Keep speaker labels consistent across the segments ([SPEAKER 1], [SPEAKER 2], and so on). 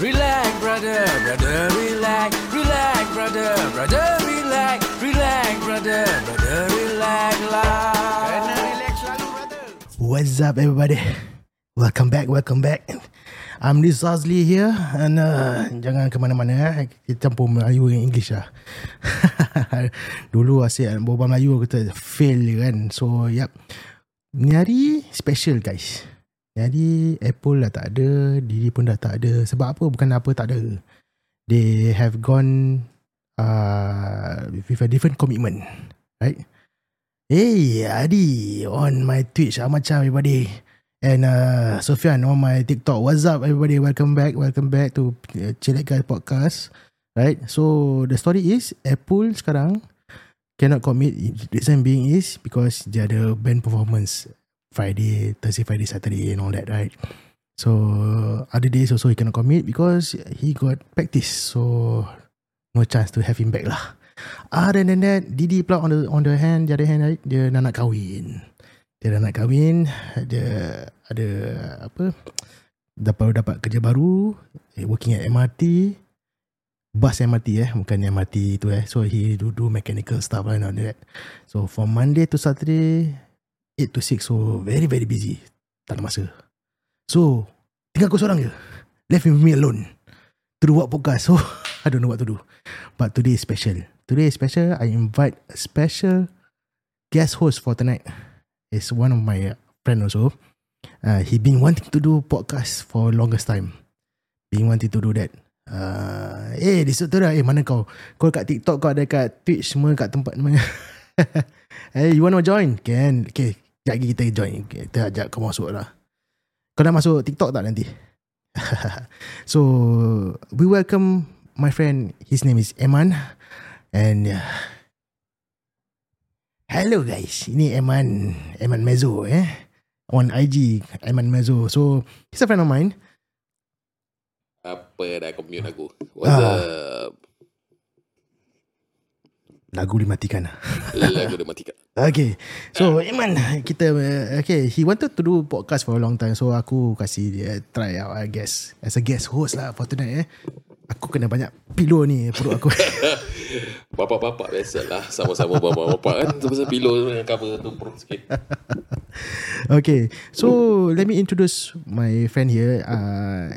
[SPEAKER 1] Relax, brother, brother, relax. Relax, brother, brother, relax. Relax, brother, brother, relax lah. Kena relax selalu, brother.
[SPEAKER 2] What's up, everybody? Welcome back, welcome back. I'm Liz Azli here and uh, jangan ke mana-mana eh. Kita campur Melayu dengan English lah. Dulu asyik nak berbual Melayu kita fail je kan. So, yep. Ni hari special guys. Ni hari Apple dah tak ada, Diri pun dah tak ada. Sebab apa? Bukan apa tak ada. They have gone uh, with a different commitment. Right? Hey Adi on my Twitch Amacam everybody and uh, Sofian on my TikTok What's up everybody welcome back welcome back to uh, Chilek Guys Podcast Right so the story is Apple sekarang cannot commit reason being is because dia ada band performance Friday Thursday Friday Saturday and all that right so other days also he cannot commit because he got practice so no chance to have him back lah Other than that, Didi pula on the on the hand, the other hand right, dia dah nak kahwin. Dia dah nak kahwin, dia ada apa? Dah baru dapat kerja baru, eh, working at MRT. Bus MRT eh, bukan MRT tu eh. So he do, do mechanical stuff lah and all that. So from Monday to Saturday, 8 to 6. So very very busy. Tak ada masa. So, tinggal aku seorang je. Left me alone. To do what podcast. So, I don't know what to do. But today is special. Today is special. I invite a special guest host for tonight. It's one of my uh, friend also. Uh, he been wanting to do podcast for longest time. Been wanting to do that. Uh, eh, di situ dah. Eh, mana kau? Kau kat TikTok, kau ada kat Twitch, semua kat tempat mana. eh, you want to join? Can. Okay, sekejap lagi kita join. Kita ajak kau masuk lah. Kau dah masuk TikTok tak nanti? so, we welcome my friend. His name is Eman. And uh, hello guys, ini Eman, Eman Mezzo eh on IG Eman Mezzo. So he's a friend of mine.
[SPEAKER 3] Apa dah kau mute aku What's up
[SPEAKER 2] Lagu dimatikan lah.
[SPEAKER 3] Lagu dia matikan
[SPEAKER 2] Okay. So Eman kita uh, okay, he wanted to do podcast for a long time. So aku kasi dia try out I guess as a guest host lah for tonight eh. Aku kena banyak pillow ni perut aku.
[SPEAKER 3] Bapak-bapak biasalah Sama-sama bapak-bapak kan Tu pasal pillow tu dengan cover tu perut sikit
[SPEAKER 2] Okay So let me introduce My friend here uh,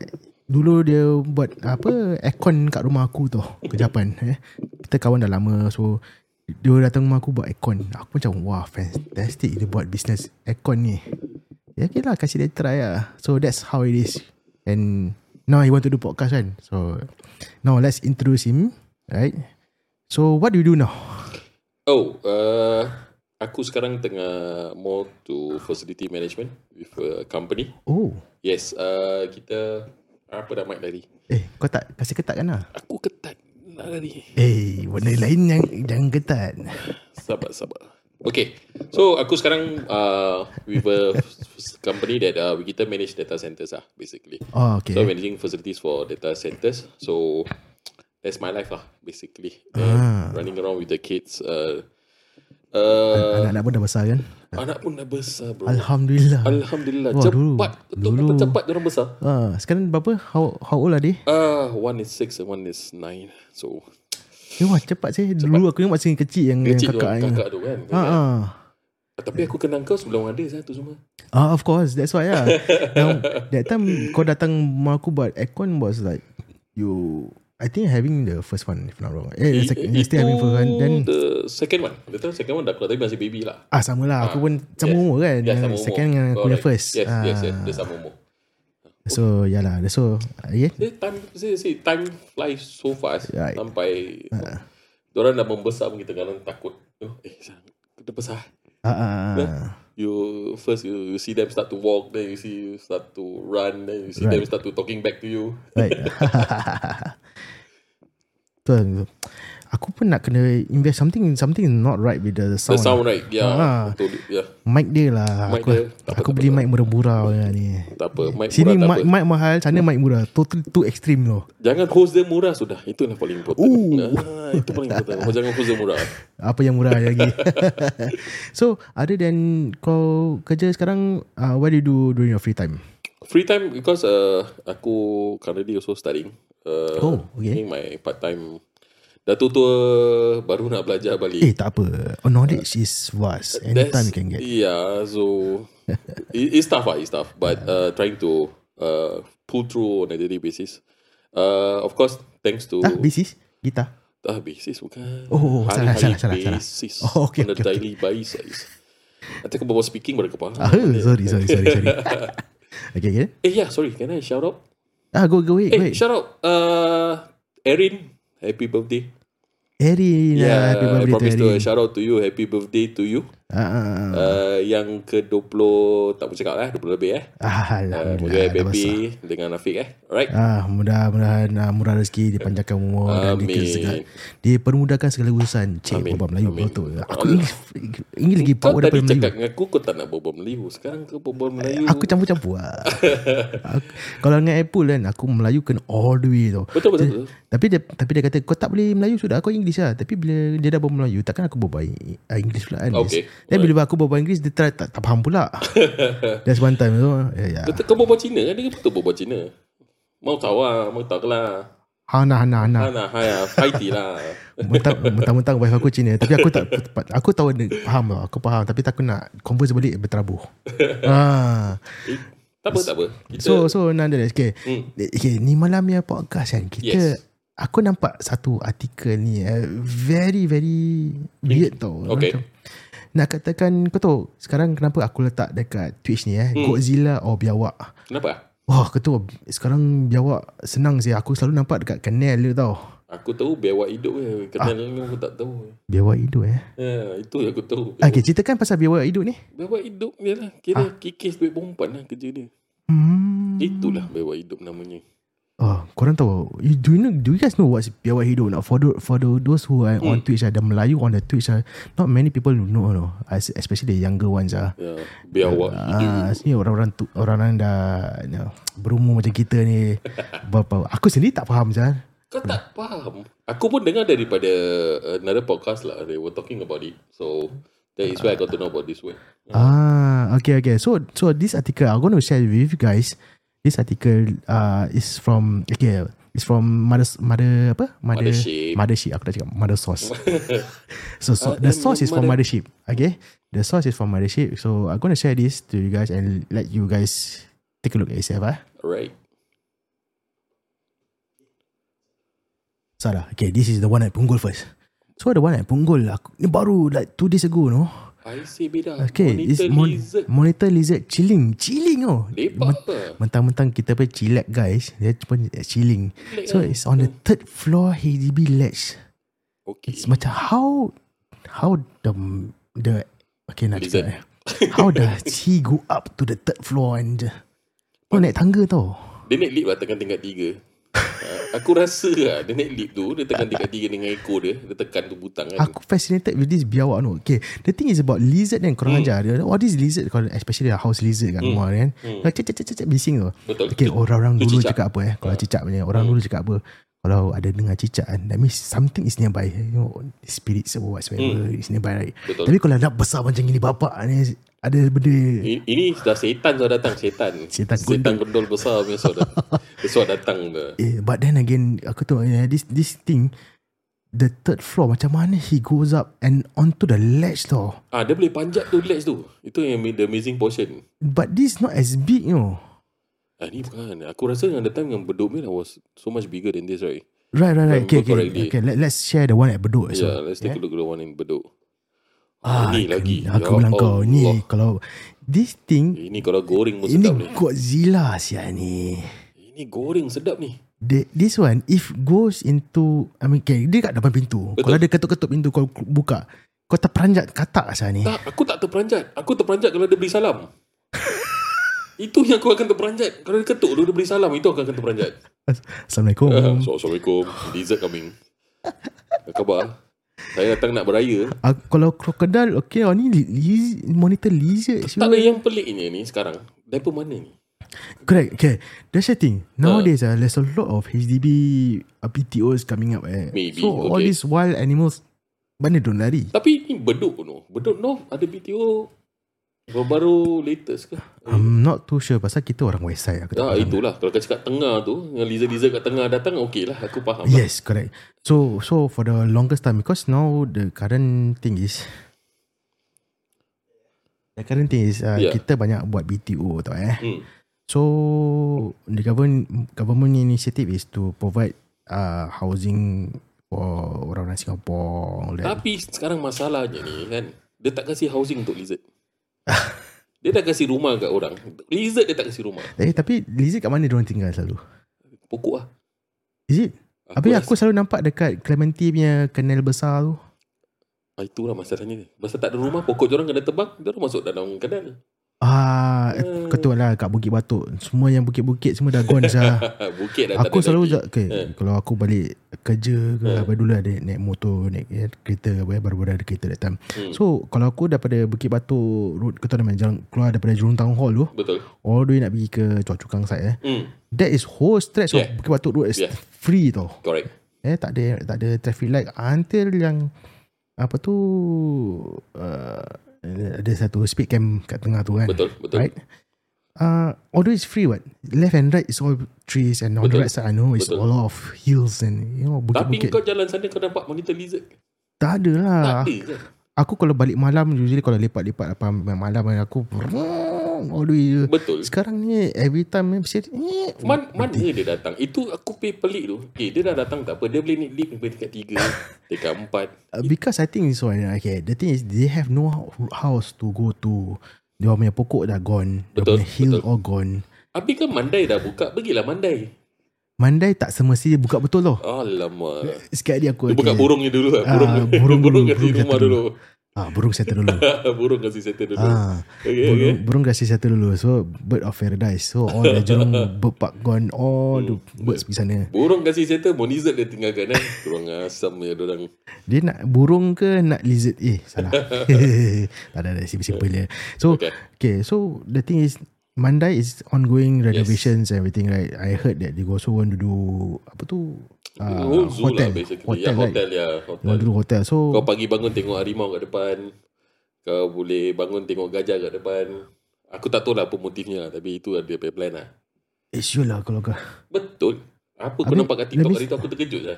[SPEAKER 2] Dulu dia buat Apa Aircon kat rumah aku tau Kejapan eh. Kita kawan dah lama So Dia datang rumah aku buat aircon Aku macam Wah fantastic Dia buat business aircon ni Ya okay lah Kasih dia try lah So that's how it is And Now he want to do podcast kan So Now let's introduce him Right So what do you do now?
[SPEAKER 3] Oh uh, Aku sekarang tengah More to facility management With a company
[SPEAKER 2] Oh
[SPEAKER 3] Yes uh, Kita Apa dah mic tadi
[SPEAKER 2] Eh kau tak Kasih ketatkan lah
[SPEAKER 3] Aku ketat Nak tadi
[SPEAKER 2] Eh warna lain yang Jangan ketat
[SPEAKER 3] Sabar, sabar. Okay, so aku sekarang uh, with a company that uh, we kita manage data centers lah, basically.
[SPEAKER 2] Oh, okay.
[SPEAKER 3] So managing facilities for data centers. So that's my life lah, basically. Then
[SPEAKER 2] Ah.
[SPEAKER 3] Running around with the kids. Uh, uh,
[SPEAKER 2] Anak-anak pun dah besar kan?
[SPEAKER 3] anak pun dah besar, bro.
[SPEAKER 2] Alhamdulillah.
[SPEAKER 3] Alhamdulillah.
[SPEAKER 2] Wah, dulu-
[SPEAKER 3] cepat.
[SPEAKER 2] dulu-
[SPEAKER 3] Dulu. Cepat dia orang besar.
[SPEAKER 2] Ah, sekarang berapa? How, how old are they?
[SPEAKER 3] Ah, one is six and one is nine. So
[SPEAKER 2] Eh, wah, cepat sih. Dulu aku ingat masih kecil yang,
[SPEAKER 3] kecil
[SPEAKER 2] yang
[SPEAKER 3] kakak,
[SPEAKER 2] kakak.
[SPEAKER 3] kakak tu kan.
[SPEAKER 2] Ah, ah.
[SPEAKER 3] Tapi aku kenal kau sebelum ada satu semua.
[SPEAKER 2] Ah, of course. That's why lah. Now, that time kau datang rumah aku buat aircon was like, you, I think having the first one if not wrong. Eh, the second,
[SPEAKER 3] Itu
[SPEAKER 2] still having first one. Then,
[SPEAKER 3] the second one. The third second one dah keluar tapi masih baby lah.
[SPEAKER 2] ah, sama lah. Aku pun sama
[SPEAKER 3] Yes.
[SPEAKER 2] umur kan.
[SPEAKER 3] Ya, sama umur.
[SPEAKER 2] second dengan aku punya
[SPEAKER 3] Correct.
[SPEAKER 2] first.
[SPEAKER 3] Yes,
[SPEAKER 2] ah.
[SPEAKER 3] yes, yes. Dia sama umur.
[SPEAKER 2] So, ya lah. So, yeah.
[SPEAKER 3] Dia time, see, see, time flies so fast.
[SPEAKER 2] Right. Ha.
[SPEAKER 3] Sampai uh. orang dah membesar pun kita kadang takut. You know, eh, sang, dia besar.
[SPEAKER 2] Ah, ah, ah.
[SPEAKER 3] You first you, you see them start to walk, then you see you start to run, then you see
[SPEAKER 2] Right.
[SPEAKER 3] them start to talking back to you.
[SPEAKER 2] Right. Betul, betul. Aku pun nak kena invest something something is not right with the
[SPEAKER 3] The
[SPEAKER 2] sound.
[SPEAKER 3] sound right, yeah,
[SPEAKER 2] Ah.
[SPEAKER 3] betul, Ya, yeah.
[SPEAKER 2] Mic dia lah.
[SPEAKER 3] Mic
[SPEAKER 2] aku
[SPEAKER 3] dia. Tak apa,
[SPEAKER 2] aku
[SPEAKER 3] tak
[SPEAKER 2] beli
[SPEAKER 3] apa.
[SPEAKER 2] mic murah-murah lah ni.
[SPEAKER 3] Tak apa, mic
[SPEAKER 2] Sini
[SPEAKER 3] murah tak
[SPEAKER 2] mic,
[SPEAKER 3] apa.
[SPEAKER 2] mic mahal, sana mic murah. Total too extreme tu.
[SPEAKER 3] Jangan host dia murah sudah. Itulah paling important.
[SPEAKER 2] Ooh.
[SPEAKER 3] Ah, itu paling important. Kau Jangan host dia murah.
[SPEAKER 2] Apa yang murah lagi. so, other than kau kerja sekarang, uh, what do you do during your free time?
[SPEAKER 3] Free time because uh, aku currently also studying. Uh,
[SPEAKER 2] Oh, okay.
[SPEAKER 3] Doing my part time. Dah tua-tua baru nak belajar balik.
[SPEAKER 2] Eh tak apa Knowledge is vast Anytime you can get
[SPEAKER 3] Yeah, so it, it's tough, ah, it's tough. But uh, trying to uh, pull through on a daily basis. Uh, of course, thanks to
[SPEAKER 2] Ah basis Gitar
[SPEAKER 3] ah, basis bukan.
[SPEAKER 2] Oh, oh, salah, salah,
[SPEAKER 3] Hari-hari
[SPEAKER 2] salah, salah.
[SPEAKER 3] basis.
[SPEAKER 2] Oh, okay,
[SPEAKER 3] on a
[SPEAKER 2] okay, okay.
[SPEAKER 3] daily basis. Nanti aku bawa speaking baru kepala.
[SPEAKER 2] ah, Sorry sorry sorry sorry Okay okay
[SPEAKER 3] Eh yeah, sorry. Can I shout out?
[SPEAKER 2] Ah go go wait
[SPEAKER 3] Eh,
[SPEAKER 2] wait
[SPEAKER 3] shout out. Uh, Erin, happy birthday.
[SPEAKER 2] Erin yeah, Happy
[SPEAKER 3] I
[SPEAKER 2] birthday
[SPEAKER 3] promise
[SPEAKER 2] to
[SPEAKER 3] to
[SPEAKER 2] Erin
[SPEAKER 3] shout out to you. Happy birthday to you.
[SPEAKER 2] ah, ah, ah.
[SPEAKER 3] Uh, yang ke-20, tak boleh cakap lah, 20 lebih eh. Uh, moga
[SPEAKER 2] Alhamdulillah lah.
[SPEAKER 3] happy
[SPEAKER 2] dah
[SPEAKER 3] happy
[SPEAKER 2] besar.
[SPEAKER 3] dengan Afiq eh. Alright.
[SPEAKER 2] Ah, mudah-mudahan ah, murah rezeki dipanjangkan umur dan
[SPEAKER 3] Amin.
[SPEAKER 2] dikira segala, dipermudahkan segala urusan. Cik,
[SPEAKER 3] Amin.
[SPEAKER 2] Amin. Melayu
[SPEAKER 3] Amin.
[SPEAKER 2] betul. Aku ini, ini lagi
[SPEAKER 3] Kau
[SPEAKER 2] power Ya. daripada
[SPEAKER 3] tadi
[SPEAKER 2] Melayu. Eh,
[SPEAKER 3] cakap dengan aku, kau tak nak berbual Melayu. Sekarang kau berbual Melayu.
[SPEAKER 2] Aku campur-campur lah. aku, kalau dengan Apple kan, aku Melayu kena all the way tau.
[SPEAKER 3] Betul, betul, betul.
[SPEAKER 2] Tapi dia, tapi dia kata kau tak boleh Melayu sudah aku English lah. Tapi bila dia dah berbual Melayu, takkan aku berbual Ing- ah, English pula kan.
[SPEAKER 3] Okay.
[SPEAKER 2] Dan bila aku berbual English, dia try, tak, tak faham pula. That's one time tu. Ya, ya.
[SPEAKER 3] Kau, kau berbual Cina kan? Dia betul berbual Cina. Mau tahu lah, mau tahu lah.
[SPEAKER 2] Hana, hana, hana.
[SPEAKER 3] Ha nah, hai lah, fighty lah.
[SPEAKER 2] Mentang- Mentang-mentang wife aku Cina Tapi aku tak Aku tahu dia Faham lah Aku faham Tapi tak aku nak Converse balik berterabur ah.
[SPEAKER 3] Eh, tak apa, tak apa. Kita,
[SPEAKER 2] So so nonetheless Okay,
[SPEAKER 3] Hmm.
[SPEAKER 2] okay Eh, Ni malam yang podcast kan Kita
[SPEAKER 3] Yes.
[SPEAKER 2] Aku nampak satu artikel ni uh, Very very Weird tau
[SPEAKER 3] Okay.
[SPEAKER 2] Nak katakan Kau tahu Sekarang kenapa aku letak dekat Twitch ni
[SPEAKER 3] Hmm.
[SPEAKER 2] eh Godzilla or Biawak
[SPEAKER 3] kenapa?
[SPEAKER 2] Wah kau tahu Sekarang Biawak Senang sih Aku selalu nampak dekat Kenal dia tau
[SPEAKER 3] Aku tahu bewak hidup je. Kenal
[SPEAKER 2] Ah.
[SPEAKER 3] ni aku tak tahu.
[SPEAKER 2] Biawak hidup eh
[SPEAKER 3] Ya, itu yang aku tahu.
[SPEAKER 2] Okay ceritakan pasal Biawak hidup ni
[SPEAKER 3] Bewak hidup dia lah. Kira kikis duit perempuan lah kerja dia.
[SPEAKER 2] Hmm.
[SPEAKER 3] Itulah bewak hidup namanya.
[SPEAKER 2] Oh, korang tahu you, Do you know Do you guys know what's Biawak Hidup not For, tho- for tho- those who are on Twitch ah, The Melayu on the Twitch ah, Not many people know no, As, Especially the younger ones ah.
[SPEAKER 3] Ya, bewak hidup.
[SPEAKER 2] Ah, sini orang-orang tu, orang-orang dah you know, berumur macam kita ni. Berapa? Aku sendiri tak faham Zal.
[SPEAKER 3] Kau tak faham. Aku pun dengar daripada another podcast lah. They were talking about it. So, that is why I got to know about this one.
[SPEAKER 2] Ah, okay, okay. So, so this article I'm going to share with you guys. This article uh, is from okay, it's from mother mother apa mother
[SPEAKER 3] Mothership. Ah,
[SPEAKER 2] mothership. Aku dah cakap mother source. so, so the source is from
[SPEAKER 3] Mother-
[SPEAKER 2] mothership. Okay, the source is from mothership. So I'm going to share this to you guys and let you guys take a look at yourself. Ah,
[SPEAKER 3] Alright.
[SPEAKER 2] Sarah. Okay, this is the one at Punggol first. So the one at Punggol aku ni baru like two days ago no.
[SPEAKER 3] I say beda.
[SPEAKER 2] Okay,
[SPEAKER 3] Eh, Monitor
[SPEAKER 2] it's mon-
[SPEAKER 3] lizard.
[SPEAKER 2] monitor lizard chilling, chilling oh.
[SPEAKER 3] Lepak ke?
[SPEAKER 2] Mentang-mentang kita pun chillax guys Dia pun chilling So
[SPEAKER 3] lah.
[SPEAKER 2] it's on the third floor HDB ledge
[SPEAKER 3] Okay.
[SPEAKER 2] It's macam how How the the Okay nak
[SPEAKER 3] Lizard.
[SPEAKER 2] cakap eh. How does he go up to the third floor and Kau naik tangga tau
[SPEAKER 3] Dia naik lip lah tekan tingkat tiga. Ah, aku rasa lah dia naik lip tu, dia tekan tingkat tiga dengan ekor dia. Dia tekan tu butang kan.
[SPEAKER 2] Aku fascinated with this biawak no. Okay, the thing is about lizard kan korang
[SPEAKER 3] Hmm.
[SPEAKER 2] ajar. Dia, all this lizard, korang- especially the house lizard kat rumah kan.
[SPEAKER 3] Hmm.
[SPEAKER 2] Mm. Cek, cek, cek, cek, cek, bising tu.
[SPEAKER 3] Betul.
[SPEAKER 2] Okay, oh. orang-orang
[SPEAKER 3] Tu
[SPEAKER 2] dulu
[SPEAKER 3] cicak. Ah. Hmm.
[SPEAKER 2] cakap apa eh. Kalau cicak punya, orang dulu cakap apa. Kalau ada dengar cicak kan, that means something is nearby. You know, spirits or whatsoever is nearby right.
[SPEAKER 3] Hmm. Betul.
[SPEAKER 2] Tapi kalau nak besar macam gini, bapak ni ada benda.
[SPEAKER 3] I- Ini dah setan sudah datang, setan.
[SPEAKER 2] Setan
[SPEAKER 3] setan gondol besar punya sudah. Besok datang dah.
[SPEAKER 2] Eh, but then again, aku tu, eh, this this thing, the third floor, macam mana he goes up and onto the ledge tau.
[SPEAKER 3] Ah, dia boleh panjat tu relax tu. Itu yang the amazing portion.
[SPEAKER 2] But this not as big, you know.
[SPEAKER 3] Ah, ni bukan. Aku rasa yang the time yang bedok ni was so much bigger than this, right?
[SPEAKER 2] Right, right, right.
[SPEAKER 3] Remember
[SPEAKER 2] Okay, okay.
[SPEAKER 3] correctly.
[SPEAKER 2] okay let, let's share the one at Bedok. So.
[SPEAKER 3] So, yeah, let's take yeah? a look at the one in bedok.
[SPEAKER 2] Ah, aku-
[SPEAKER 3] ni Ya, lagi.
[SPEAKER 2] Aku
[SPEAKER 3] Ya
[SPEAKER 2] bilang kau, ni
[SPEAKER 3] Allah.
[SPEAKER 2] kalau this thing,
[SPEAKER 3] Ini kalau goreng pun
[SPEAKER 2] ini
[SPEAKER 3] sedap ni.
[SPEAKER 2] Godzilla sia ni.
[SPEAKER 3] Ini goreng sedap ni.
[SPEAKER 2] The, this one, if goes into, I mean, okay, dia kat depan pintu.
[SPEAKER 3] Betul.
[SPEAKER 2] Kalau dia ketuk-ketuk pintu, kau buka. Kau terperanjat katak sia ni.
[SPEAKER 3] Tak, aku tak terperanjat. Aku terperanjat kalau dia beri salam. Itu yang aku akan terperanjat. Kalau dia ketuk, dia beri salam. Itu aku akan terperanjat.
[SPEAKER 2] Assalamualaikum.
[SPEAKER 3] so, Assalamualaikum. Dessert coming. Apa khabar? Saya datang nak beraya.
[SPEAKER 2] Ah, kalau krokodil, okay, oh, ni li- li- monitor lizard.
[SPEAKER 3] Tak
[SPEAKER 2] sure.
[SPEAKER 3] ada yang peliknya ni sekarang. Dari mana ni?
[SPEAKER 2] Correct. Okay. That's the thing.
[SPEAKER 3] Eh.
[SPEAKER 2] Nowadays, uh, there's a lot of HDB uh, PTOs coming up. Eh.
[SPEAKER 3] Maybe,
[SPEAKER 2] So all
[SPEAKER 3] okay.
[SPEAKER 2] these wild animals, mana dia lari?
[SPEAKER 3] Tapi ni beduk no. Beduk no ada BTO Baru-baru latest ke?
[SPEAKER 2] I'm not too sure pasal kita orang west side aku tak
[SPEAKER 3] Hmm. Ah,
[SPEAKER 2] faham.
[SPEAKER 3] itulah. Kalau kau cakap tengah tu, yang laser-laser kat tengah datang, okey lah. Aku faham lah.
[SPEAKER 2] Yes, correct. So so for the longest time because now the current thing is the current thing is uh,
[SPEAKER 3] Yeah.
[SPEAKER 2] yeah. kita banyak buat BTO tau eh.
[SPEAKER 3] Hmm.
[SPEAKER 2] So the government government initiative is to provide uh, housing for orang orang Singapore all that.
[SPEAKER 3] Tapi sekarang masalahnya ni kan, dia tak kasih housing untuk lizard. dia dah kasih rumah kat orang. Lizard dia tak kasih rumah.
[SPEAKER 2] Eh tapi Lizzie kat mana dia orang tinggal selalu?
[SPEAKER 3] Pokok lah.
[SPEAKER 2] Is it? Habis aku
[SPEAKER 3] rasa-
[SPEAKER 2] selalu nampak dekat Clementi punya kenal besar tu.
[SPEAKER 3] Ah, itulah masalahnya. Masa tak ada rumah, pokok orang kena tebang, dia orang masuk dalam kedai.
[SPEAKER 2] Ah, kau tahu lah kat Bukit Batuk. Semua yang bukit-bukit semua dah gone sah.
[SPEAKER 3] Bukit dah
[SPEAKER 2] Aku
[SPEAKER 3] tak ada
[SPEAKER 2] selalu
[SPEAKER 3] lagi.
[SPEAKER 2] ja, okay,
[SPEAKER 3] Eh.
[SPEAKER 2] Kalau aku balik kerja ke
[SPEAKER 3] Hmm.
[SPEAKER 2] apa dulu ada naik motor Naik ya, kereta apa ya, Baru-baru ada kereta that time
[SPEAKER 3] Hmm.
[SPEAKER 2] So kalau aku daripada Bukit Batok Road Kau tahu nama jalan, Keluar daripada Jurong Town Hall tu
[SPEAKER 3] Betul.
[SPEAKER 2] All the way nak pergi ke Choa Chu Kang side eh
[SPEAKER 3] Hmm,
[SPEAKER 2] That is whole stretch
[SPEAKER 3] Yeah.
[SPEAKER 2] of Bukit Batok Road is
[SPEAKER 3] Yeah.
[SPEAKER 2] free tau
[SPEAKER 3] correct.
[SPEAKER 2] Eh tak ada tak ada traffic light Until yang Apa tu uh, Ada satu speed cam kat tengah tu kan
[SPEAKER 3] Betul, betul.
[SPEAKER 2] right? Uh, although it's free, what left and right is all trees, and on the
[SPEAKER 3] Betul.
[SPEAKER 2] right side I know it's
[SPEAKER 3] Betul.
[SPEAKER 2] all of hills and you know
[SPEAKER 3] Tapi
[SPEAKER 2] bukit-bukit.
[SPEAKER 3] kau jalan sana kau nampak monitor lizard.
[SPEAKER 2] Tak ada lah.
[SPEAKER 3] Tak ada kan?
[SPEAKER 2] Aku kalau balik malam usually kalau lepak-lepak apa malam aku vroom, all the way.
[SPEAKER 3] Betul.
[SPEAKER 2] Sekarang ni every time mesti eh,
[SPEAKER 3] Man, mana dia datang? Itu aku pay pelik tu. Okay, dia dah datang tak apa. Dia boleh naik lift sampai tingkat tiga, tingkat empat.
[SPEAKER 2] Uh, because I think so okay. The thing is they have no hou- house to go to. Dia punya pokok dah gone. Dia
[SPEAKER 3] Betul,
[SPEAKER 2] punya hill
[SPEAKER 3] betul.
[SPEAKER 2] all gone.
[SPEAKER 3] Habis kan Mandai dah buka, pergilah Mandai.
[SPEAKER 2] Mandai tak semestinya buka betul loh.
[SPEAKER 3] Alamak.
[SPEAKER 2] Sekali aku
[SPEAKER 3] Dia buka burungnya dulu lah. Burung,
[SPEAKER 2] Eh, Ah,
[SPEAKER 3] burung,
[SPEAKER 2] burung
[SPEAKER 3] burung
[SPEAKER 2] dulu,
[SPEAKER 3] kasi
[SPEAKER 2] burung
[SPEAKER 3] rumah
[SPEAKER 2] kasi
[SPEAKER 3] dulu.
[SPEAKER 2] Ah, burung settle dulu.
[SPEAKER 3] burung kasi settle dulu.
[SPEAKER 2] ah.
[SPEAKER 3] okay, okay.
[SPEAKER 2] Burung, burung kasih satu dulu So bird of paradise So all the Jurong bird park gone All the birds pergi sana
[SPEAKER 3] Burung kasi settle, mau lizard dia tinggalkan. Eh. Kurang asam ya orang.
[SPEAKER 2] Dia nak burung ke Nak lizard Eh salah Tak ada ada Simple-simple je So
[SPEAKER 3] Okay.
[SPEAKER 2] okay. okay So the thing is Mandai is ongoing renovations yes. everything right I heard that they also want to do Apa tu uh,
[SPEAKER 3] Whole zoo
[SPEAKER 2] Hotel
[SPEAKER 3] lah basically.
[SPEAKER 2] Hotel
[SPEAKER 3] Hotel, ya,
[SPEAKER 2] right They
[SPEAKER 3] hotel ya.
[SPEAKER 2] want
[SPEAKER 3] Hotel.
[SPEAKER 2] to do hotel So
[SPEAKER 3] Kau pagi bangun tengok harimau kat depan. Kau boleh bangun tengok gajah kat depan. Aku tak tahu lah apa motifnya. Tapi itu ada punya plan lah.
[SPEAKER 2] Eh sure lah kalau kau
[SPEAKER 3] Betul. Apa kau
[SPEAKER 2] Habis-
[SPEAKER 3] nampak kat TikTok
[SPEAKER 2] habis-
[SPEAKER 3] hari tu aku terkejut lah.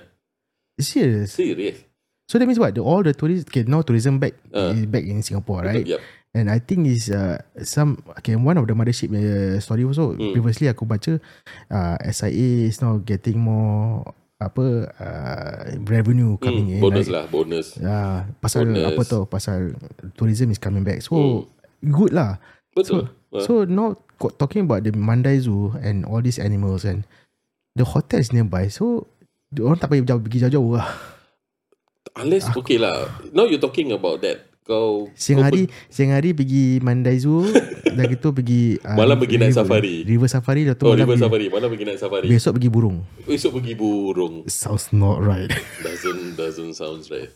[SPEAKER 2] Serious
[SPEAKER 3] Serius.
[SPEAKER 2] So that means what the, All the tourists okay, Now tourism back
[SPEAKER 3] Ah.
[SPEAKER 2] is Back in Singapore right
[SPEAKER 3] Yep.
[SPEAKER 2] And I think is uh, some okay one of the mothership uh, story also
[SPEAKER 3] Hmm.
[SPEAKER 2] mm. previously aku baca uh, SIA is now getting more apa uh, revenue coming
[SPEAKER 3] Hmm,
[SPEAKER 2] in
[SPEAKER 3] bonus
[SPEAKER 2] like,
[SPEAKER 3] lah, bonus.
[SPEAKER 2] uh, pasal
[SPEAKER 3] Bonus. Hmm.
[SPEAKER 2] apa tu pasal tourism is coming back so good lah
[SPEAKER 3] Betul.
[SPEAKER 2] so, so now co- talking about the Mandai Zoo and all these animals and the hotel is nearby so orang tak payah jauh pergi jauh-jauh lah
[SPEAKER 3] Unless, okay lah. Now you're talking about that. Kau
[SPEAKER 2] Siang
[SPEAKER 3] kau
[SPEAKER 2] hari Siang hari pergi Mandai Zoo Dah gitu pergi uh,
[SPEAKER 3] Malam pergi naik
[SPEAKER 2] river-
[SPEAKER 3] safari.
[SPEAKER 2] River Safari Dah tu
[SPEAKER 3] Oh,
[SPEAKER 2] malam
[SPEAKER 3] river
[SPEAKER 2] pergi-
[SPEAKER 3] safari. Malam pergi naik safari.
[SPEAKER 2] Besok pergi burung
[SPEAKER 3] Esok pergi burung.
[SPEAKER 2] Sounds not right
[SPEAKER 3] Doesn't doesn't sounds right.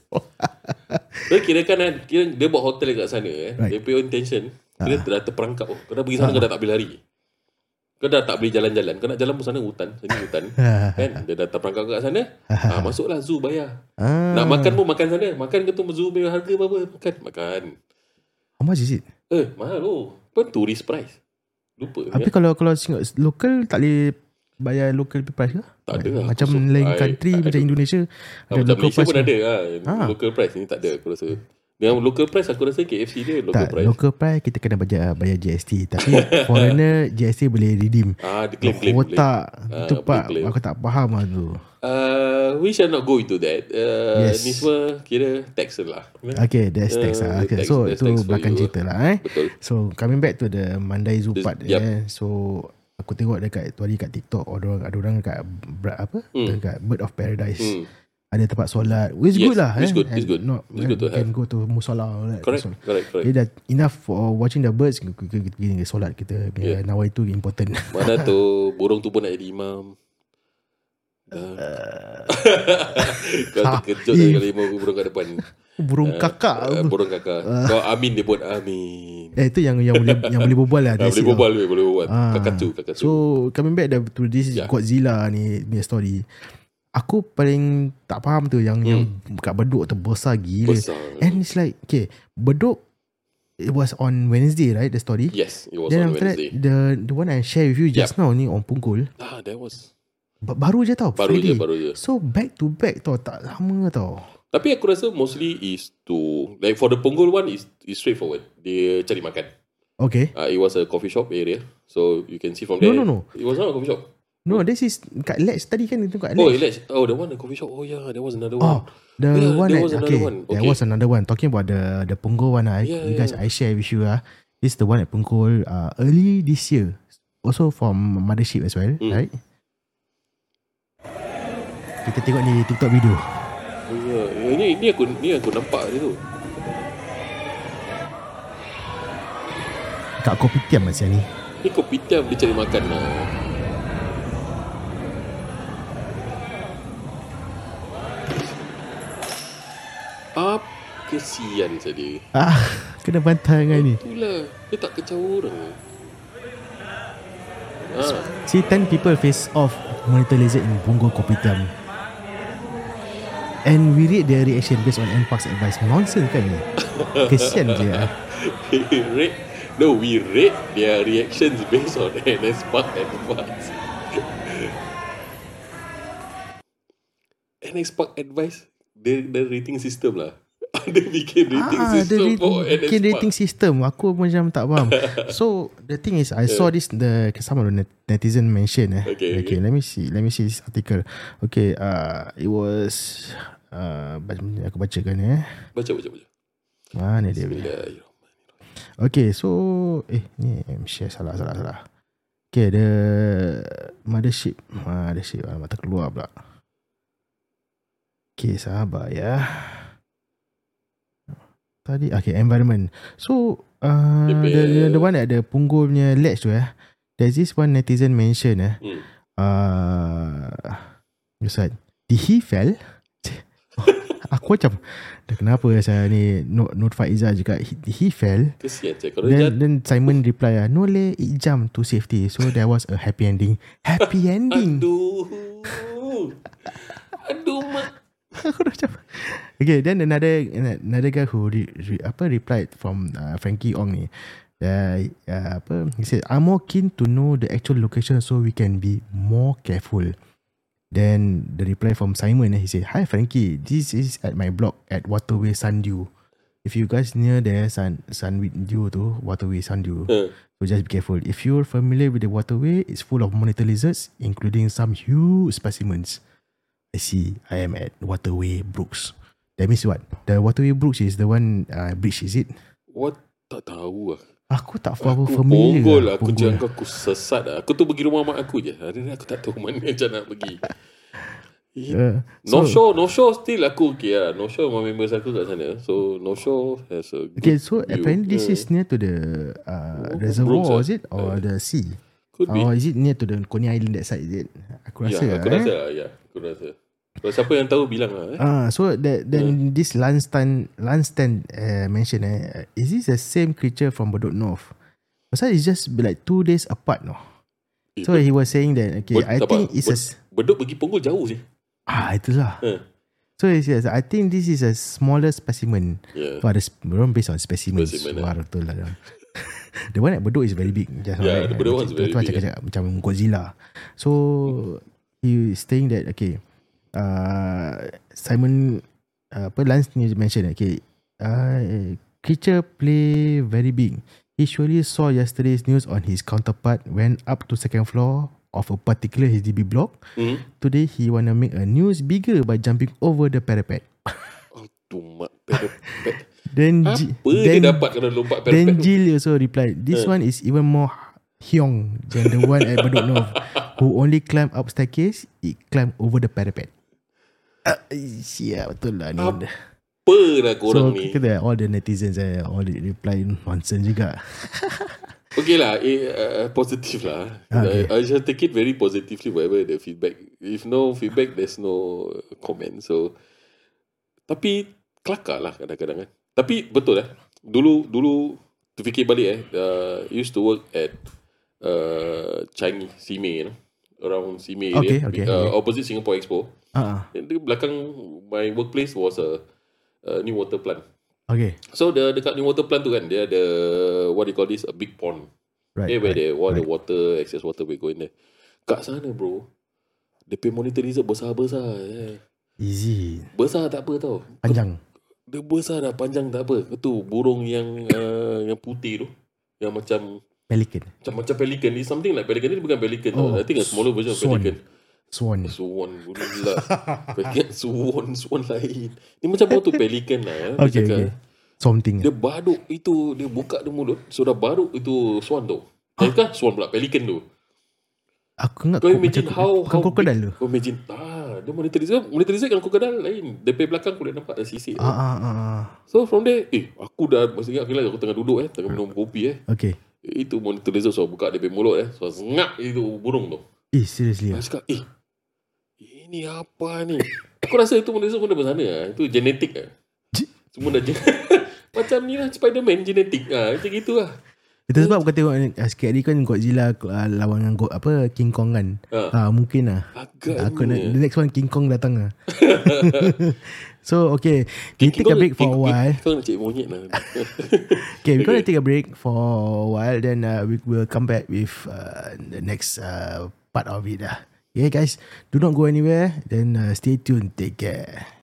[SPEAKER 3] Dia kira kan eh, kira dia buat hotel kat sana eh.
[SPEAKER 2] Right. Ah.
[SPEAKER 3] Dia punya intention. Kira dah terperangkap. Oh, kau dah pergi sana kau dah tak boleh lari. Kau dah tak boleh jalan-jalan. Kau nak jalan pun sana hutan. Sini hutan.
[SPEAKER 2] Ha.
[SPEAKER 3] kan? Dia dah terperangkap kat sana. ha, masuklah zoo bayar.
[SPEAKER 2] ah,
[SPEAKER 3] Nak makan pun makan sana. Makan ke tu zoo bayar harga berapa. Makan. Makan.
[SPEAKER 2] How much is it?
[SPEAKER 3] Eh, mahal oh. Apa tourist price? Lupa. kan?
[SPEAKER 2] Tapi kalau kalau Singapore local tak boleh bayar local price ke?
[SPEAKER 3] Tak ada lah.
[SPEAKER 2] Macam
[SPEAKER 3] Aku so-
[SPEAKER 2] lain
[SPEAKER 3] I-
[SPEAKER 2] country
[SPEAKER 3] I
[SPEAKER 2] macam
[SPEAKER 3] don't-
[SPEAKER 2] Indonesia
[SPEAKER 3] Ha, macam Malaysia pun
[SPEAKER 2] ke?
[SPEAKER 3] ada ha.
[SPEAKER 2] Ah.
[SPEAKER 3] Local price ni tak ada aku rasa. Dengan local price aku rasa KFC dia local
[SPEAKER 2] tak,
[SPEAKER 3] price.
[SPEAKER 2] local price kita kena bayar, bayar GST Tapi foreigner GST boleh redeem
[SPEAKER 3] Ah, dia claim claim. claim.
[SPEAKER 2] Otak
[SPEAKER 3] Ah,
[SPEAKER 2] Itu
[SPEAKER 3] boleh
[SPEAKER 2] pak
[SPEAKER 3] claim.
[SPEAKER 2] Aku tak faham lah tu
[SPEAKER 3] Uh, we shall not go into that. Uh,
[SPEAKER 2] Yes.
[SPEAKER 3] Ni semua kira tax lah.
[SPEAKER 2] Okay that's
[SPEAKER 3] Ah,
[SPEAKER 2] tax lah okay,
[SPEAKER 3] tax-
[SPEAKER 2] So itu
[SPEAKER 3] that's tax for
[SPEAKER 2] belakang
[SPEAKER 3] you.
[SPEAKER 2] cerita lah eh
[SPEAKER 3] Betul.
[SPEAKER 2] So coming back to the Mandai Zoo
[SPEAKER 3] This-
[SPEAKER 2] part
[SPEAKER 3] yep.
[SPEAKER 2] eh. So aku tengok dekat tu hari kat TikTok ada orang ada orang dekat bra- apa
[SPEAKER 3] Hmm.
[SPEAKER 2] dekat Bird of Paradise.
[SPEAKER 3] Hmm.
[SPEAKER 2] Ada tempat solat. Which
[SPEAKER 3] Yes,
[SPEAKER 2] good lah.
[SPEAKER 3] it's
[SPEAKER 2] eh.
[SPEAKER 3] good, it's
[SPEAKER 2] And
[SPEAKER 3] good.
[SPEAKER 2] Not,
[SPEAKER 3] It's good to
[SPEAKER 2] can go to musola. all that.
[SPEAKER 3] Correct,
[SPEAKER 2] So,
[SPEAKER 3] correct, correct.
[SPEAKER 2] Dia dah enough for watching the birds kita kita kita pergi solat kita
[SPEAKER 3] Yeah.
[SPEAKER 2] punya nawai tu important.
[SPEAKER 3] Mana tu burung tu pun nak jadi imam. Dah. Kau
[SPEAKER 2] Ah,
[SPEAKER 3] terkejut dari
[SPEAKER 2] Uh, if.
[SPEAKER 3] kalimah burung kat depan.
[SPEAKER 2] Burung kakak.
[SPEAKER 3] Uh, burung kakak. Kau amin dia buat amin.
[SPEAKER 2] eh itu yang yang boleh yang boleh berbual lah.
[SPEAKER 3] Ah,
[SPEAKER 2] that's
[SPEAKER 3] boleh
[SPEAKER 2] it lah.
[SPEAKER 3] berbual, boleh boleh berbual.
[SPEAKER 2] Ah.
[SPEAKER 3] Kakak tu, kakak
[SPEAKER 2] So
[SPEAKER 3] tu.
[SPEAKER 2] coming back dah to this
[SPEAKER 3] Yeah.
[SPEAKER 2] yeah. Godzilla ni punya story. Aku paling tak faham tu yang hmm. yang kat beduk tu besar gila.
[SPEAKER 3] Besar.
[SPEAKER 2] And it's like okay, beduk it was on Wednesday, right? The story.
[SPEAKER 3] Yes, it was
[SPEAKER 2] Then
[SPEAKER 3] on
[SPEAKER 2] after
[SPEAKER 3] Wednesday.
[SPEAKER 2] that, the the one I share with you just now ni on Punggol,
[SPEAKER 3] Ah, that was
[SPEAKER 2] ba- baru je tau.
[SPEAKER 3] baru
[SPEAKER 2] Friday.
[SPEAKER 3] je, baru je.
[SPEAKER 2] So back to back tau, tak lama tau.
[SPEAKER 3] Tapi aku rasa mostly is to like for the Punggol one is is straightforward. Dia cari makan.
[SPEAKER 2] Okay.
[SPEAKER 3] Uh, it was a coffee shop area, so you can see from
[SPEAKER 2] No,
[SPEAKER 3] there.
[SPEAKER 2] no, no.
[SPEAKER 3] It was not a coffee shop.
[SPEAKER 2] No, this is kat Lex tadi kan itu kat
[SPEAKER 3] Hmm. Oh,
[SPEAKER 2] Lex.
[SPEAKER 3] Elex. Oh, the one the coffee shop. Oh yeah, there was another
[SPEAKER 2] Oh,
[SPEAKER 3] one.
[SPEAKER 2] the
[SPEAKER 3] Yeah,
[SPEAKER 2] one
[SPEAKER 3] there
[SPEAKER 2] that,
[SPEAKER 3] was another
[SPEAKER 2] okay,
[SPEAKER 3] one.
[SPEAKER 2] There
[SPEAKER 3] Okay.
[SPEAKER 2] was another one. Talking about the the Punggol one, I,
[SPEAKER 3] Yeah,
[SPEAKER 2] you guys,
[SPEAKER 3] yeah.
[SPEAKER 2] I share with you ah. This is the one at Punggol uh, early this year. Also from Mothership as well,
[SPEAKER 3] Mm.
[SPEAKER 2] right? Kita tengok ni TikTok video.
[SPEAKER 3] Oh, yeah. Eh, Ni ni aku ni aku nampak dia tu.
[SPEAKER 2] Kat Kopitiam lah siang ni.
[SPEAKER 3] Ni kopitiam dia cari makan lah. Apa kesian tadi.
[SPEAKER 2] Ah, kena bantai dengan ni.
[SPEAKER 3] Itulah. Dia tak kecau orang. Ha.
[SPEAKER 2] See 10 people face off monitor laser in Bungo Kopitiam. And we read their reaction based on NPark's advice. Nonsense kan ni? Kesian je. ah.
[SPEAKER 3] We rate No we rate Their reactions Based on NS Park Advice NS Park Advice The, the rating system lah Ada bikin rating
[SPEAKER 2] Ah,
[SPEAKER 3] system
[SPEAKER 2] rate-
[SPEAKER 3] Oh, For NS
[SPEAKER 2] bikin
[SPEAKER 3] Park
[SPEAKER 2] rating system. Aku pun macam tak faham. so the thing is, I saw this the some of the net- netizen mention. Eh.
[SPEAKER 3] Okay, okay.
[SPEAKER 2] okay. Let me see. Let me see this article. Okay. Uh, it was. Uh, aku bacakan eh.
[SPEAKER 3] Baca baca baca
[SPEAKER 2] Mana dia? punya?
[SPEAKER 3] Bismillahirrahmanirrahim
[SPEAKER 2] Okay, so eh ni I'm share salah salah salah. Okay, the mothership, mothership ah, mata keluar pula. Okay, sabar ya. Tadi okay environment. So uh,
[SPEAKER 3] Dia punya-
[SPEAKER 2] the, the, the one at the Punggol punya ledge tu eh. There's this one netizen mention eh.
[SPEAKER 3] hmm.
[SPEAKER 2] Uh, Ustaz, did he fell? Aku macam dah kenapa saya ni not- notify Izzah juga did he fell?
[SPEAKER 3] Kesian je Kalau dia
[SPEAKER 2] Then, then Simon reply ah, no leh, it jumped to safety. So there was a happy ending. Happy ending.
[SPEAKER 3] Aduh Aduh mak
[SPEAKER 2] Aku dah macam. Okay, then another another guy who re, re, apa replied from uh, Frankie Ong ni. Uh, uh, apa he said I'm more keen to know the actual location so we can be more careful. Then the reply from Simon eh, he said hi Frankie this is at my blog at Waterway Sundew. If you guys near there Sun Sundew tu Waterway Sundew.
[SPEAKER 3] Ha.
[SPEAKER 2] So just be careful. If you're familiar with the waterway, it's full of monitor lizards, including some huge specimens. I see. I am at Waterway Brooks. That means what? The Waterway Brooks is the one uh, bridge, is it?
[SPEAKER 3] What tak tahu lah
[SPEAKER 2] Aku tak faham
[SPEAKER 3] Aku
[SPEAKER 2] familiar.
[SPEAKER 3] bonggol
[SPEAKER 2] lah,
[SPEAKER 3] lah. Aku cakap aku sesat lah. Aku tu pergi rumah mak aku je. Hari ni aku tak tahu mana macam nak pergi. Eh,
[SPEAKER 2] Uh, so,
[SPEAKER 3] No show, no show still aku okay lah. No show memang members aku kat sana. So no show has a good
[SPEAKER 2] Okay, so
[SPEAKER 3] view.
[SPEAKER 2] apparently this
[SPEAKER 3] Yeah.
[SPEAKER 2] is near to the uh,
[SPEAKER 3] Brooks,
[SPEAKER 2] reservoir,
[SPEAKER 3] ah.
[SPEAKER 2] is it? Or the sea?
[SPEAKER 3] Could be.
[SPEAKER 2] Or is it near to the Coney Island that side, is it? Aku Oh,
[SPEAKER 3] ya,
[SPEAKER 2] rasa
[SPEAKER 3] aku
[SPEAKER 2] lah, eh.
[SPEAKER 3] rasa lah. Ya, aku rasa. Kalau siapa yang tahu bilang lah. Eh.
[SPEAKER 2] Ah, so that then this Lanstan Lanstan uh, mention eh, is this the same creature from Bedok North? Pasal it's just be like two days apart no.
[SPEAKER 3] Eh,
[SPEAKER 2] So he was saying that okay,
[SPEAKER 3] Bed-
[SPEAKER 2] I
[SPEAKER 3] sabar.
[SPEAKER 2] think it's a s-
[SPEAKER 3] Bedok pergi Punggol jauh sih.
[SPEAKER 2] ah itulah.
[SPEAKER 3] Eh.
[SPEAKER 2] So he says I think this is a smaller specimen.
[SPEAKER 3] Ya.
[SPEAKER 2] So ada sp- orang based on specimens.
[SPEAKER 3] Specimen, eh.
[SPEAKER 2] Wah, betul lah. The one at Bedok is very big. Just
[SPEAKER 3] Yeah, the Bedok one's
[SPEAKER 2] Macam- tu
[SPEAKER 3] very big, eh?
[SPEAKER 2] Macam, cakap, macam Godzilla. So, he is saying that, okay, uh, Simon, uh, apa, Lance ni mention, okay, uh, creature play very big. He surely saw yesterday's news on his counterpart went up to second floor of a particular HDB block.
[SPEAKER 3] Hmm.
[SPEAKER 2] Today, he wanna make a news bigger by jumping over the parapet.
[SPEAKER 3] Aduh mak perepet.
[SPEAKER 2] Then,
[SPEAKER 3] Apa
[SPEAKER 2] Ji-
[SPEAKER 3] dia
[SPEAKER 2] then-
[SPEAKER 3] dapat kalau lompat
[SPEAKER 2] Then
[SPEAKER 3] perepet? tu?
[SPEAKER 2] Jill also replied, this
[SPEAKER 3] Eh.
[SPEAKER 2] one is even more hyung than the one at Bedok North, who only climb up staircase, it climb over the parapet. Uh, yeah, betul lah ni.
[SPEAKER 3] Apa lah korang
[SPEAKER 2] So,
[SPEAKER 3] ni?
[SPEAKER 2] kita dah all the netizens eh, all the reply nonsense juga.
[SPEAKER 3] Okay lah, eh, uh, positive lah.
[SPEAKER 2] Okay.
[SPEAKER 3] I, I shall take it very positively whatever the feedback. If no feedback, there's no comment. So, tapi kelakar lah kadang-kadang kan. Tapi betul lah. Dulu, dulu terfikir balik eh. Uh, used to work at uh, Changi, Simei you know. Around Simei
[SPEAKER 2] Okay,
[SPEAKER 3] area.
[SPEAKER 2] okay,
[SPEAKER 3] uh,
[SPEAKER 2] okay.
[SPEAKER 3] Opposite Singapore Expo.
[SPEAKER 2] Ah,
[SPEAKER 3] Then, di belakang my workplace was a, a new water plant.
[SPEAKER 2] Okay.
[SPEAKER 3] So the dekat new water plant tu kan dia ada what do you call this a big pond.
[SPEAKER 2] Right.
[SPEAKER 3] Right, yeah, where
[SPEAKER 2] right.
[SPEAKER 3] the all the
[SPEAKER 2] right.
[SPEAKER 3] water excess water will go in there. Kat sana bro, dia punya monitor lizard besar-besar. Eh.
[SPEAKER 2] Easy.
[SPEAKER 3] Besar tak apa tau.
[SPEAKER 2] Panjang.
[SPEAKER 3] Dia besar dah panjang tak apa. Tu burung yang uh, yang putih tu yang macam
[SPEAKER 2] Pelican.
[SPEAKER 3] macam macam pelican ni something like pelican ni dia bukan pelican
[SPEAKER 2] Oh,
[SPEAKER 3] tau. I think a smaller version of
[SPEAKER 2] swan.
[SPEAKER 3] pelican.
[SPEAKER 2] Swan.
[SPEAKER 3] Swan pula Pelikan swan Swan lain Ni macam bau tu pelikan lah eh. Dia
[SPEAKER 2] Okay,
[SPEAKER 3] cakap,
[SPEAKER 2] okay. Something.
[SPEAKER 3] Dia baduk itu Dia buka dia mulut So dah baduk itu swan tu Eh kan swan pula Pelikan tu
[SPEAKER 2] Aku ingat
[SPEAKER 3] Kau imagine
[SPEAKER 2] macam-
[SPEAKER 3] how
[SPEAKER 2] Bukan
[SPEAKER 3] how
[SPEAKER 2] crocodile
[SPEAKER 3] big-
[SPEAKER 2] tu.
[SPEAKER 3] Kau imagine ah, Dia monitor lizard Monitor lizard dengan crocodile lain Dari belakang kau boleh nampak Dah sisik
[SPEAKER 2] Ah ah ah. ah.
[SPEAKER 3] So from there Eh aku dah Masa ingat aku lagi aku tengah duduk eh Tengah minum kopi eh
[SPEAKER 2] Okay.
[SPEAKER 3] Eh, Itu monitor lizard So buka dia punya mulut eh So sengak itu burung tu
[SPEAKER 2] Eh seriously
[SPEAKER 3] Aku
[SPEAKER 2] ah.
[SPEAKER 3] cakap eh ini apa ni? Aku rasa itu manusia pun daripada sana lah. Itu genetik lah.
[SPEAKER 2] Ji-
[SPEAKER 3] Semua dah genetik. Macam ni lah Spiderman genetik lah. Macam gitu lah.
[SPEAKER 2] Itu sebab kau tengok ah, Sikit hari kan Godzilla ah, Lawan dengan Go- apa King Kong kan ah,
[SPEAKER 3] Ha.
[SPEAKER 2] Mungkin lah
[SPEAKER 3] Agaknya.
[SPEAKER 2] Aku nak The next one King Kong datang lah So okay We take a break for a while
[SPEAKER 3] Kau nak cek monyet lah.
[SPEAKER 2] Okay we're gonna take a break for a while Then uh, we will come back with uh, The next uh, part of it lah Okay guys Do not go anywhere Then uh, stay tuned Take care